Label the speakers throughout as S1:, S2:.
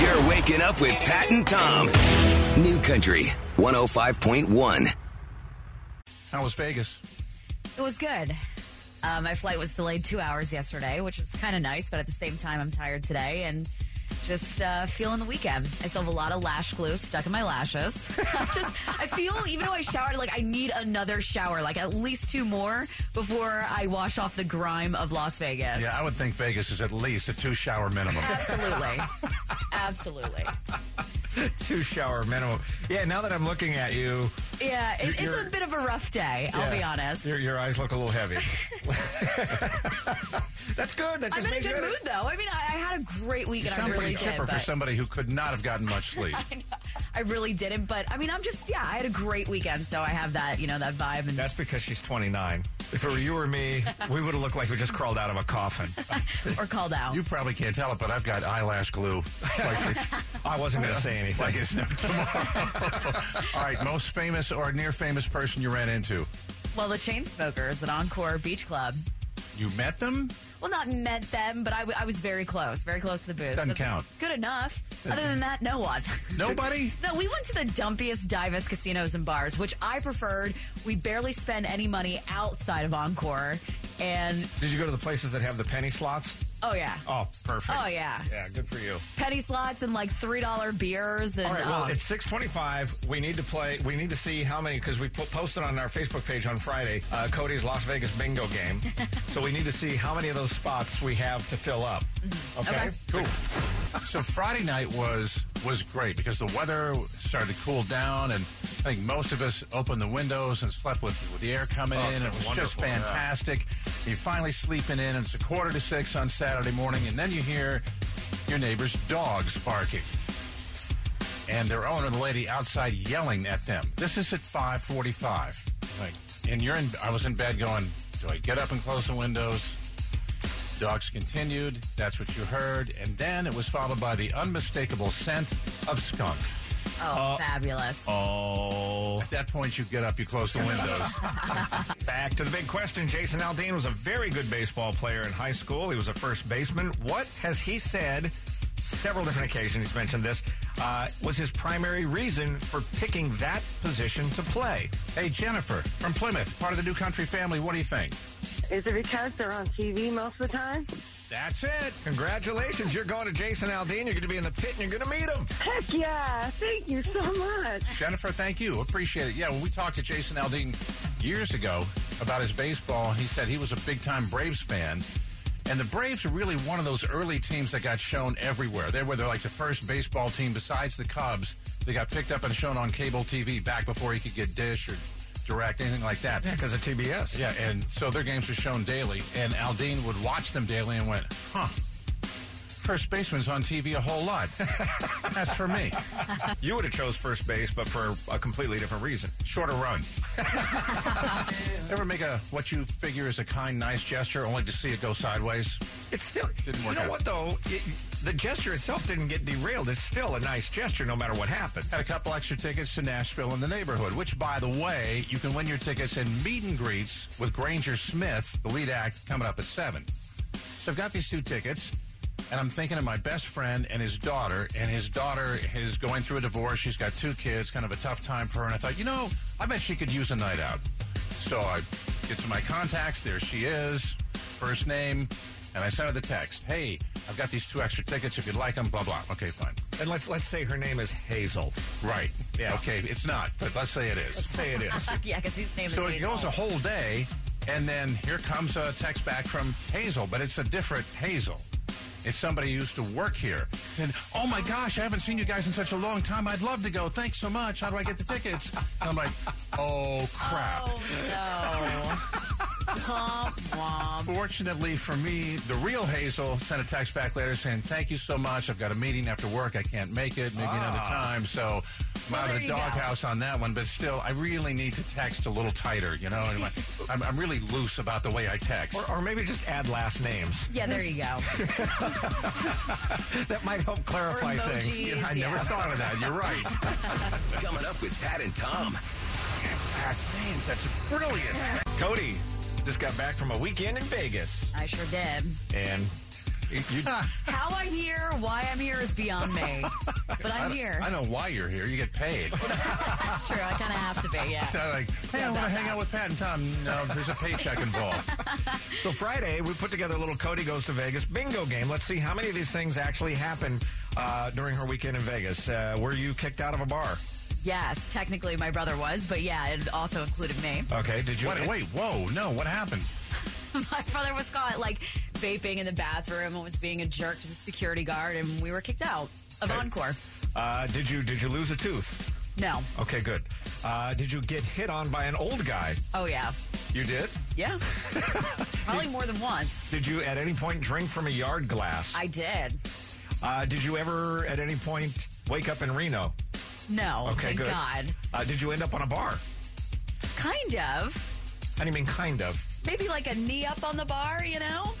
S1: You're waking up with Pat and Tom. New Country 105.1.
S2: How was Vegas?
S3: It was good. Uh, my flight was delayed two hours yesterday, which is kind of nice, but at the same time, I'm tired today and just uh, feeling the weekend. I still have a lot of lash glue stuck in my lashes. I'm just, I feel even though I showered, like I need another shower, like at least two more before I wash off the grime of Las Vegas.
S2: Yeah, I would think Vegas is at least a two shower minimum.
S3: Absolutely. Absolutely.
S4: two shower minimum. Yeah, now that I'm looking at you,
S3: Yeah, it,
S4: You're-
S3: it's a bit of a rough day, I'll
S4: yeah,
S3: be honest.
S4: Your, your eyes look a little heavy. That's good. That just
S3: I'm in a
S4: makes you
S3: good
S4: better.
S3: mood, though. I mean, I, I had a great
S2: You
S3: weekend. I
S2: sound
S3: really
S2: pretty
S3: did.
S2: chipper for
S3: but-
S2: somebody who could not have gotten much sleep.
S3: I really didn't, but I mean, I'm just yeah. I had a great weekend, so I have that you know that vibe, and
S4: That's because she's 29. If it were you or me, we would have looked like we just crawled out of a coffin.
S3: or called out.
S2: You probably can't tell it, but I've got eyelash glue. Like it's,
S4: I wasn't going to say anything.
S2: like it's no tomorrow. All right, most famous or near famous person you ran into?
S3: well, the chain smokers at Encore Beach Club.
S2: You met them?
S3: Well, not met them, but I, w- I was very close, very close to the booth.
S2: Doesn't count.
S3: Good enough. Other than that, no one.
S2: Nobody?
S3: No, we went to the dumpiest, divest casinos and bars, which I preferred. We barely spend any money outside of Encore, and
S4: Did you go to the places that have the penny slots?
S3: oh yeah,
S4: Oh, perfect.
S3: Oh, yeah.
S4: Yeah, good for you.
S3: penny slots and like three dollar beers and
S4: All right, well,
S3: um,
S4: it's 625. We need to play. We need to see how many, because we po- posted on our Facebook page on Friday uh, Cody's Las Vegas bingo game. so we need to see how many of those spots we have to fill up. Okay?
S3: Mm-hmm. Okay.
S2: Cool. So Friday night was was great because the weather started to cool down, and I think most of us opened the windows and slept with, with the air coming
S5: Oh, it's
S2: in. It
S5: been
S2: was just
S5: wonderful, yeah.
S2: fantastic. You're finally sleeping in, and it's a quarter to six on Saturday morning, and then you hear your neighbor's dogs barking. And their owner, the lady outside, yelling at them. This is at 5:45. Like, and you're in. I was in bed going, "Do I get up and close the windows? Dogs continued. That's what you heard. And then it was followed by the unmistakable scent of skunk.
S4: uh,
S3: oh, fabulous.
S4: Oh.
S2: At that point, you get up, you close the windows.
S4: Back to the big question. Jason Aldean was a very good baseball player in high school. He was a first baseman. What has he said? Several different occasions he's mentioned this. Uh, was his primary reason for picking that position to play?
S2: hey, Jennifer from Plymouth, part of the New Country family, what do you think?
S6: Is it because they're on TV most of the time?
S2: That's it.
S4: Congratulations, you're going to Jason Aldean. You're going to be in the pit and you're going to meet him.
S6: Heck yeah! Thank you so much.
S2: Jennifer, thank you. Appreciate it. Yeah, when we talked to Jason Aldean years ago about his baseball, he said he was a big time Braves fan. And the Braves were really one of those early teams that got shown everywhere. They were they're like the first baseball team besides the Cubs. They got picked up and shown on cable TV back before you could get Dish or Direct, anything like that.
S4: Because of TBS.
S2: Yeah, and so their games were shown daily, and Aldean would watch them daily and went, huh. First baseman's on TV a whole lot. That's for me.
S4: You would have chose first base, but for a completely different reason.
S2: Shorter run. Ever make a what you figure is a kind, nice gesture only to see it go sideways?
S4: It's still
S2: Didn't
S4: You
S2: work
S4: know
S2: out.
S4: what though? It- the gesture itself didn't get derailed. It's still a nice gesture, no matter what happened.
S2: Had a couple extra tickets to Nashville in the neighborhood, which, by the way, you can win your tickets in meet and greets with Granger Smith, the lead act, coming up at 7. So I've got these two tickets, and I'm thinking of my best friend and his daughter, and his daughter is going through a divorce. She's got two kids, kind of a tough time for her, and I thought, you know, I bet she could use a night out. So I get to my contacts, there she is, first name, and I sent her the text, hey, I've got these two extra tickets if you'd like them, blah, blah. Okay, fine.
S4: And let's let's say her name is Hazel.
S2: Right.
S4: Yeah.
S2: Okay, it's not, but let's say it is.
S4: Say it is.
S3: yeah, because whose name
S2: So it
S3: is Hazel?
S2: goes a whole day, and then here comes a text back from Hazel, but it's a different Hazel. It's somebody who used to work here. And, oh my gosh, I haven't seen you guys in such a long time. I'd love to go. Thanks so much. How do I get the tickets? And I'm like, oh, crap.
S3: Oh no. Womp, womp.
S2: Fortunately for me, the real Hazel sent a text back later saying, Thank you so much. I've got a meeting after work. I can't make it. Maybe another time. So I'm
S3: Ah. Well,
S2: out
S3: there
S2: of the
S3: you go.
S2: doghouse on that one. But still, I really need to text a little tighter, you know? And I'm, I'm really loose about the way I text.
S4: Or, or maybe just add last names.
S3: Yeah, there you go.
S4: That might help clarify
S3: emojis.
S4: things.
S3: Jeez,
S2: I never
S3: yeah.
S2: thought of that. You're right.
S1: Coming up with Pat and Tom.
S2: Last names. That's brilliant.
S4: Cody just got back from a weekend in Vegas,
S3: I sure did.
S4: and You,
S3: How I'm here, why I'm here is beyond me. But I'm here.
S2: I know why you're here. You get paid.
S3: That's true. I kind of have to be, yeah.
S2: So like, hey, I want to hang out with Pat and Tom. No, there's a paycheck involved.
S4: So Friday, we put together a little Cody Goes to Vegas bingo game. Let's see how many of these things actually happen uh, during her weekend in Vegas. Uh, were you kicked out of a bar?
S3: Yes, technically my brother was, but yeah, it also included me.
S4: Okay, did you?
S2: Wait, wait, whoa, no, what happened?
S3: my brother was caught like vaping in the bathroom and was being a jerk to the security guard, and we were kicked out of
S4: Okay.
S3: Encore.
S4: Uh, did you did you lose a tooth?
S3: No.
S4: Okay, good. Uh, did you get hit on by an old guy?
S3: Oh, yeah.
S4: You did.
S3: Yeah. Probably more than once.
S4: Did you at any point drink from a yard glass?
S3: I did.
S4: Uh, did you ever at any point wake up in Reno?
S3: No.
S4: Okay,
S3: thank
S4: good.
S3: God.
S4: Uh, did you end up on a bar?
S3: Kind of.
S4: How do you mean, kind of?
S3: Maybe like a knee up on the bar, you know?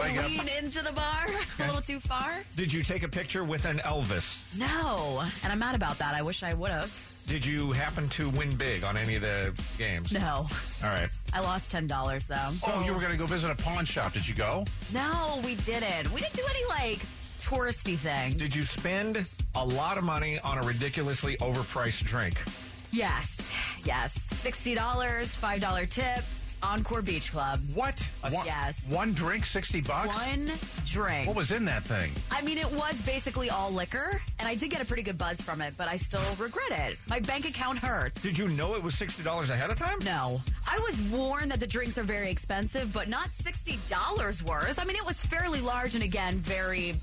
S2: Leg up.
S3: lean into the bar a little too far.
S4: Did you take a picture with an Elvis?
S3: No. And I'm mad about that. I wish I would have.
S4: Did you happen to win big on any of the games?
S3: No.
S4: All right.
S3: I lost $10 though.
S2: Oh, you were going to go visit a pawn shop. Did you go?
S3: No, we didn't. We didn't do any like touristy things.
S4: Did you spend a lot of money on a ridiculously overpriced drink?
S3: Yes, yes. Sixty dollars, five dollar tip. Encore Beach Club.
S2: What? One,
S3: yes.
S2: One drink, 60 bucks?
S3: One drink.
S2: What was in that thing?
S3: I mean, it was basically all liquor, and I did get a pretty good buzz from it, but I still regret it. My bank account hurts.
S4: Did you know it was sixty dollars ahead of time?
S3: no. I was warned that the drinks are very expensive, but not $60 worth. I mean, it was fairly large and again, very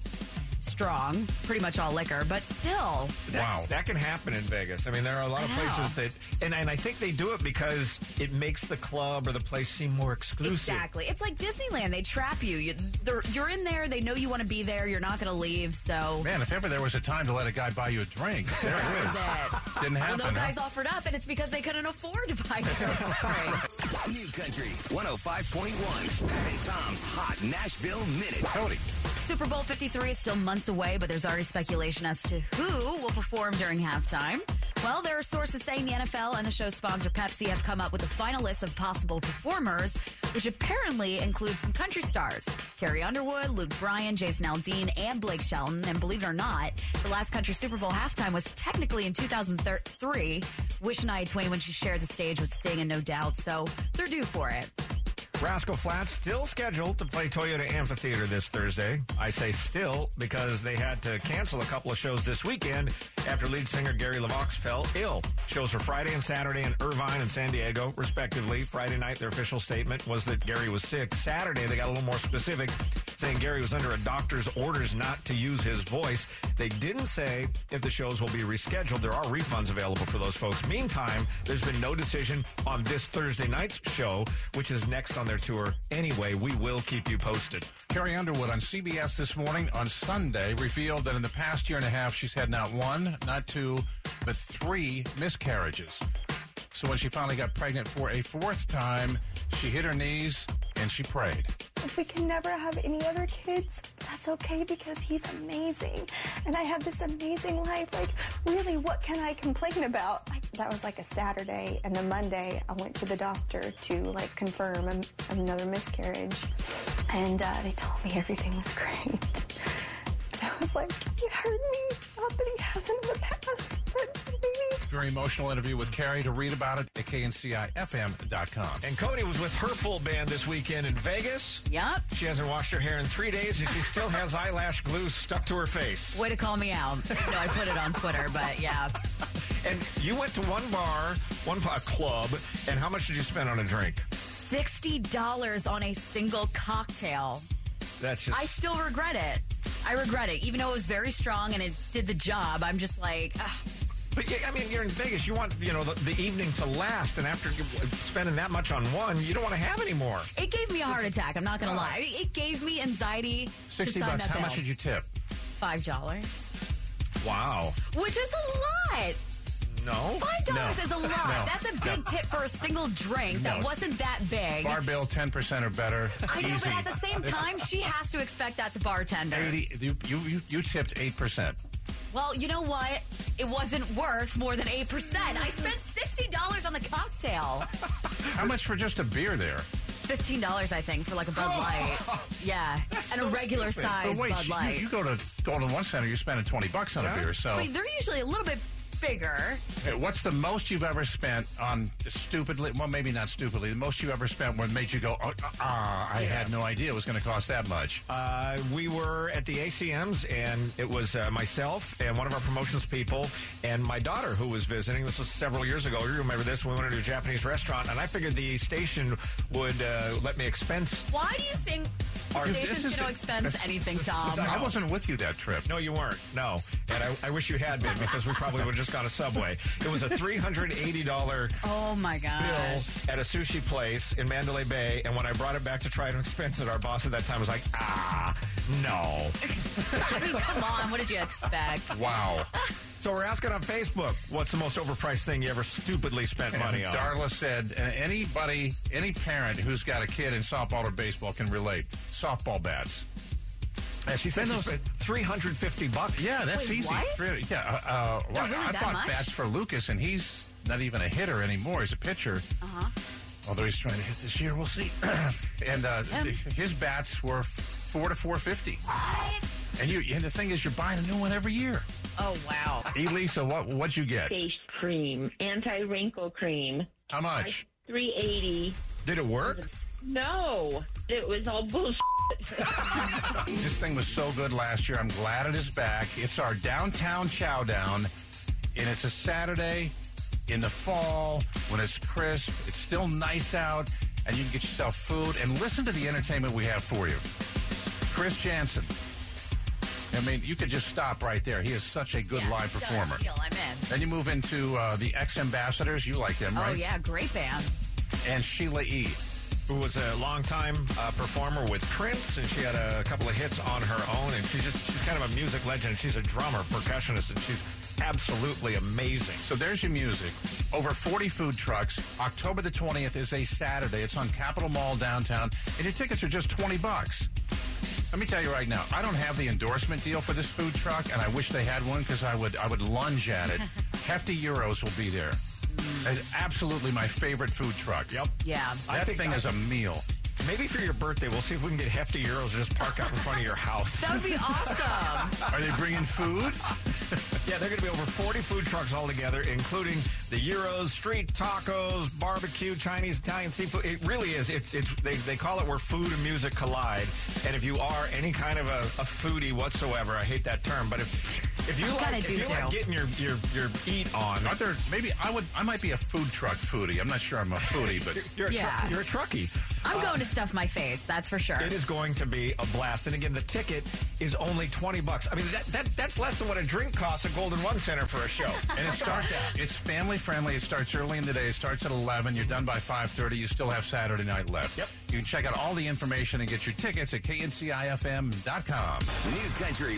S3: strong, pretty much all liquor, but still.
S4: That-
S2: Wow.
S4: that can happen in Vegas. I mean, there are a lot of
S3: I know.
S4: places that, and and I think they do it because it makes the club or the place seem more exclusive.
S3: Exactly. It's like Disneyland. They trap you. You- they're- You're in there. They know you want to be there. You're not going to leave. So
S2: Man, if ever there was a time to let a guy buy you a drink, there
S3: That
S2: it
S3: was
S2: is.
S3: it.
S2: Didn't happen.
S3: Well, no
S2: huh?
S3: guys offered up, and it's because they couldn't afford to buy drinks. Sorry.
S1: New Country 105.1. Pat and Tom's Hot Nashville Minute.
S2: Cody.
S3: Super Bowl 53 is still months away, but there's already speculation as to who will perform during halftime. Well, there are sources saying the NFL and the show's sponsor Pepsi have come up with a final list of possible performers, which apparently includes some country stars. Carrie Underwood, Luke Bryan, Jason Aldean, and Blake Shelton. And believe it or not, the last country Super Bowl halftime was technically in 2003. Wish Naya Twain, when she shared the stage, was Sting and No Doubt, so they're due for it.
S4: Rascal Flats still scheduled to play Toyota Amphitheater this Thursday. I say still because they had to cancel a couple of shows this weekend after lead singer Gary LaVox fell ill. Shows for Friday and Saturday in Irvine and San Diego, respectively. Friday night, their official statement was that Gary was sick. Saturday, they got a little more specific, saying Gary was under a doctor's orders not to use his voice. They didn't say if the shows will be rescheduled. There are refunds available for those folks. Meantime, there's been no decision on this Thursday night's show, which is next on their tour. Anyway, we will keep you posted.
S2: Carrie Underwood on CBS this morning on Sunday revealed that in the past year and a half, she's had not one, not two, but three miscarriages. So when she finally got pregnant for a fourth time, she hit her knees and she prayed.
S5: If we can never have any other kids, that's okay because he's amazing. And I have this amazing life. Like, really, what can I complain about? Like, that was like a Saturday, and the Monday, I went to the doctor to like confirm an- another miscarriage. And uh, they told me everything was great. And I was like, he hurt me. Not that he hasn't in the past, but maybe
S2: Very emotional interview with Carrie to read about it at kncifm.com.
S4: And Cody was with her full band this weekend in Vegas.
S3: Yup.
S4: She hasn't washed her hair in three days, and she still has eyelash glue stuck to her face.
S3: Way to call me out. No, I put it on Twitter, but yeah.
S4: And you went to one bar, one bar, club, and how much did you spend on a drink?
S3: $60 on a single cocktail.
S4: That's just
S3: I still regret it. I regret it. Even though it was very strong and it did the job, I'm just like, ugh,
S4: But yeah, I mean, you're in Vegas. You want you know the, the evening to last, and after you- uh, spending that much on one, you don't want to have any more.
S3: it gave me a heart attack. I'm not going to lie. It gave me anxiety.
S2: 60
S3: to sign
S2: bucks.
S3: That
S2: How
S3: bill.
S2: much did you tip?
S3: $5.
S4: Wow.
S3: Which is a lot.
S4: No.
S3: Five dollars is a lot.
S2: No.
S3: That's a big tip for a single drink that
S2: No.
S3: wasn't that big.
S2: Bar bill 10% or better.
S3: I know,
S2: Easy.
S3: but at the same time, she has to expect that the bartender.
S2: 80, you, you, you- you tipped 8%.
S3: Well, you know what? It wasn't worth more than 8%. I spent $60 on the cocktail.
S2: How much for just a beer there?
S3: fifteen dollars, I think, for like a Bud Light. Yeah, and a regular
S2: Oh, Stupid.
S3: size
S2: But wait,
S3: Bud
S2: you-
S3: Light.
S2: You, go to Golden One Center, you're spending 20 bucks on
S4: Yeah.
S2: a beer. So,
S3: Wait, they're usually a little bit bigger.
S2: Hey, what's the most you've ever spent on stupidly? Well, maybe not stupidly. The most you ever spent where it made you go, "Ah, ah, ah, I had no idea it was going to cost that much."
S4: Uh, we were at the ACMs, and it was uh, myself and one of our promotions people and my daughter who was visiting. This was several years ago. You remember this? We went to a Japanese restaurant, and I figured the station would uh, let me expense.
S3: Why do you think
S4: Are-
S2: this
S3: stations
S2: is
S3: can
S2: a-
S3: expense anything, Tom?
S4: I
S2: I
S4: know.
S2: wasn't with you that trip.
S4: No, you weren't. No. And I, I wish you had been because we probably would have just gone to Subway. It was a $380
S3: Oh my
S4: bill
S3: god!
S4: at a sushi place in Mandalay Bay, and when I brought it back to try to expense it, our boss at that time was like, ah, no.
S3: I mean, come on. What did you expect?
S2: Wow.
S4: so we're asking on Facebook, what's the most overpriced thing you ever stupidly spent money
S2: And
S4: on?
S2: Darla said, "Uh, anybody, any parent who's got a kid in softball or baseball can relate. Softball bats.
S4: And she said
S2: Then
S4: she
S2: those-
S4: spent 350 bucks.
S2: Yeah, that's
S3: Wait,
S2: easy.
S3: what?
S2: Really, yeah. uh, Uh, well,
S3: really
S2: I
S3: that
S2: bought
S3: much?
S2: bats for Lucas, and he's not even a hitter anymore. He's a pitcher. Uh-huh. Although he's trying to hit this year, we'll see. and uh, his bats were f- four to four fifty.
S3: What?
S2: And you, and the thing is, you're buying a new one every year.
S3: Oh wow!
S2: Elisa, what what'd you get?
S7: face cream, anti wrinkle cream,
S2: How much?
S7: 380.
S4: Did it work?
S7: No, it was all bullshit.
S2: This thing was so good last year. I'm glad it is back. It's our downtown chow down, and it's a Saturday in the fall when it's crisp. It's still nice out, and you can get yourself food and listen to the entertainment we have for you. Chris Jansen. I mean, you could just stop right there. He is such a good
S3: Yeah,
S2: live
S3: done
S2: performer.
S3: deal, I'm in.
S2: Then you move into uh, the ex ambassadors. You like them,
S3: Oh
S2: right?
S3: yeah, great band.
S2: And Sheila E.
S4: Who was a longtime uh, performer with Prince, and she had a couple of hits on her own, and she's just, she's kind of a music legend. She's a drummer, percussionist, and she's absolutely amazing.
S2: So there's your music. Over 40 food trucks. October the 20th is a Saturday. It's on Capitol Mall downtown, and your tickets are just 20 bucks. Let me tell you right now, I don't have the endorsement deal for this food truck, and I wish they had one because I would I would lunge at it. Hefty Euros will be there. It's absolutely my favorite food truck.
S4: Yep.
S3: Yeah.
S4: I
S2: That
S4: think
S2: thing
S4: I-
S2: is a meal.
S4: Maybe for your birthday, we'll see if we can get hefty euros to just park out in front of your house.
S3: That would be awesome.
S2: Are they bringing food?
S4: yeah, they're going to be over 40 food trucks all together, including the euros, street tacos, barbecue, Chinese, Italian, seafood. It really is. It's, it's they, they call it where food and music collide. And if you are any kind of a, a foodie whatsoever, I hate that term, but if if you
S3: kinda
S4: like, if
S3: do
S4: you like
S3: too.
S4: getting your, your your eat on,
S2: Aren't there? Maybe I would. I might be a food truck foodie. I'm not sure I'm a foodie, but
S4: you're a,
S3: Yeah.
S4: tru- you're a truckie.
S3: I'm going to stuff my face. That's for sure.
S4: It is going to be a blast. And again, the ticket is only 20 bucks. I mean, that, that that's less than what a drink costs at Golden One Center for a show.
S2: And it starts. It's family friendly. It starts early in the day. It starts at eleven. You're done by five thirty. You still have Saturday night left.
S4: Yep.
S2: You can check out all the information and get your tickets at kncifm.com.
S1: New Country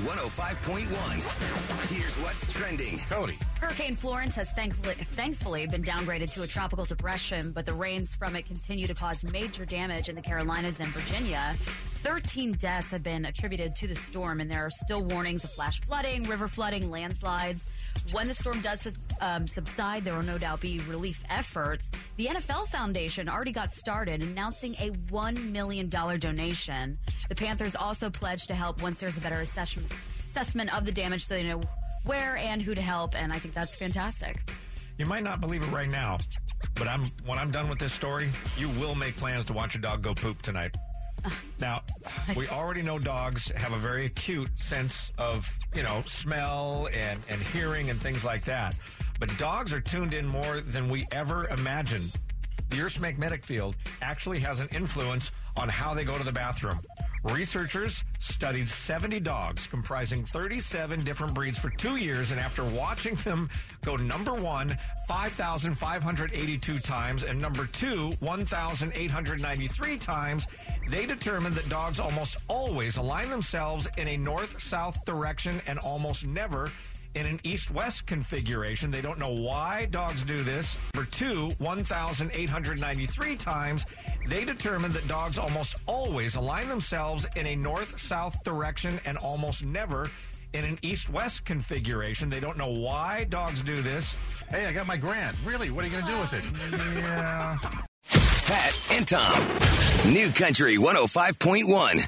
S1: 105.1. Here's what's trending.
S2: Cody,
S3: Hurricane Florence has thankfully, thankfully been downgraded to a tropical depression, but the rains from it continue to cause major damage in the Carolinas and Virginia. 13 deaths have been attributed to the storm, and there are still warnings of flash flooding, river flooding, landslides. When the storm does um, subside, there will no doubt be relief efforts. The NFL Foundation already got started, announcing a $1 million donation. The Panthers also pledged to help once there's a better assessment, assessment of the damage so they know where and who to help, and I think that's fantastic.
S4: You might not believe it right now, but I'm when I'm done with this story, you will make plans to watch a dog go poop tonight. Now, we already know dogs have a very acute sense of, you know, smell and, and hearing and things like that. But dogs are tuned in more than we ever imagined. The Earth's magnetic field actually has an influence on how they go to the bathroom. Researchers studied 70 dogs comprising 37 different breeds for two years, and after watching them go number one 5,582 times and number two 1,893 times, they determined that dogs almost always align themselves in a north south direction and almost never in an east west configuration. They don't know why dogs do this. Number two, 1,893 times, they determined that dogs almost always align themselves in a north south direction and almost never in an east west configuration. They don't know why dogs do this.
S2: hey, I got my grant. Really? What are you going to do with it?
S4: Yeah.
S1: oh Pat and Tom. New Country 105.1.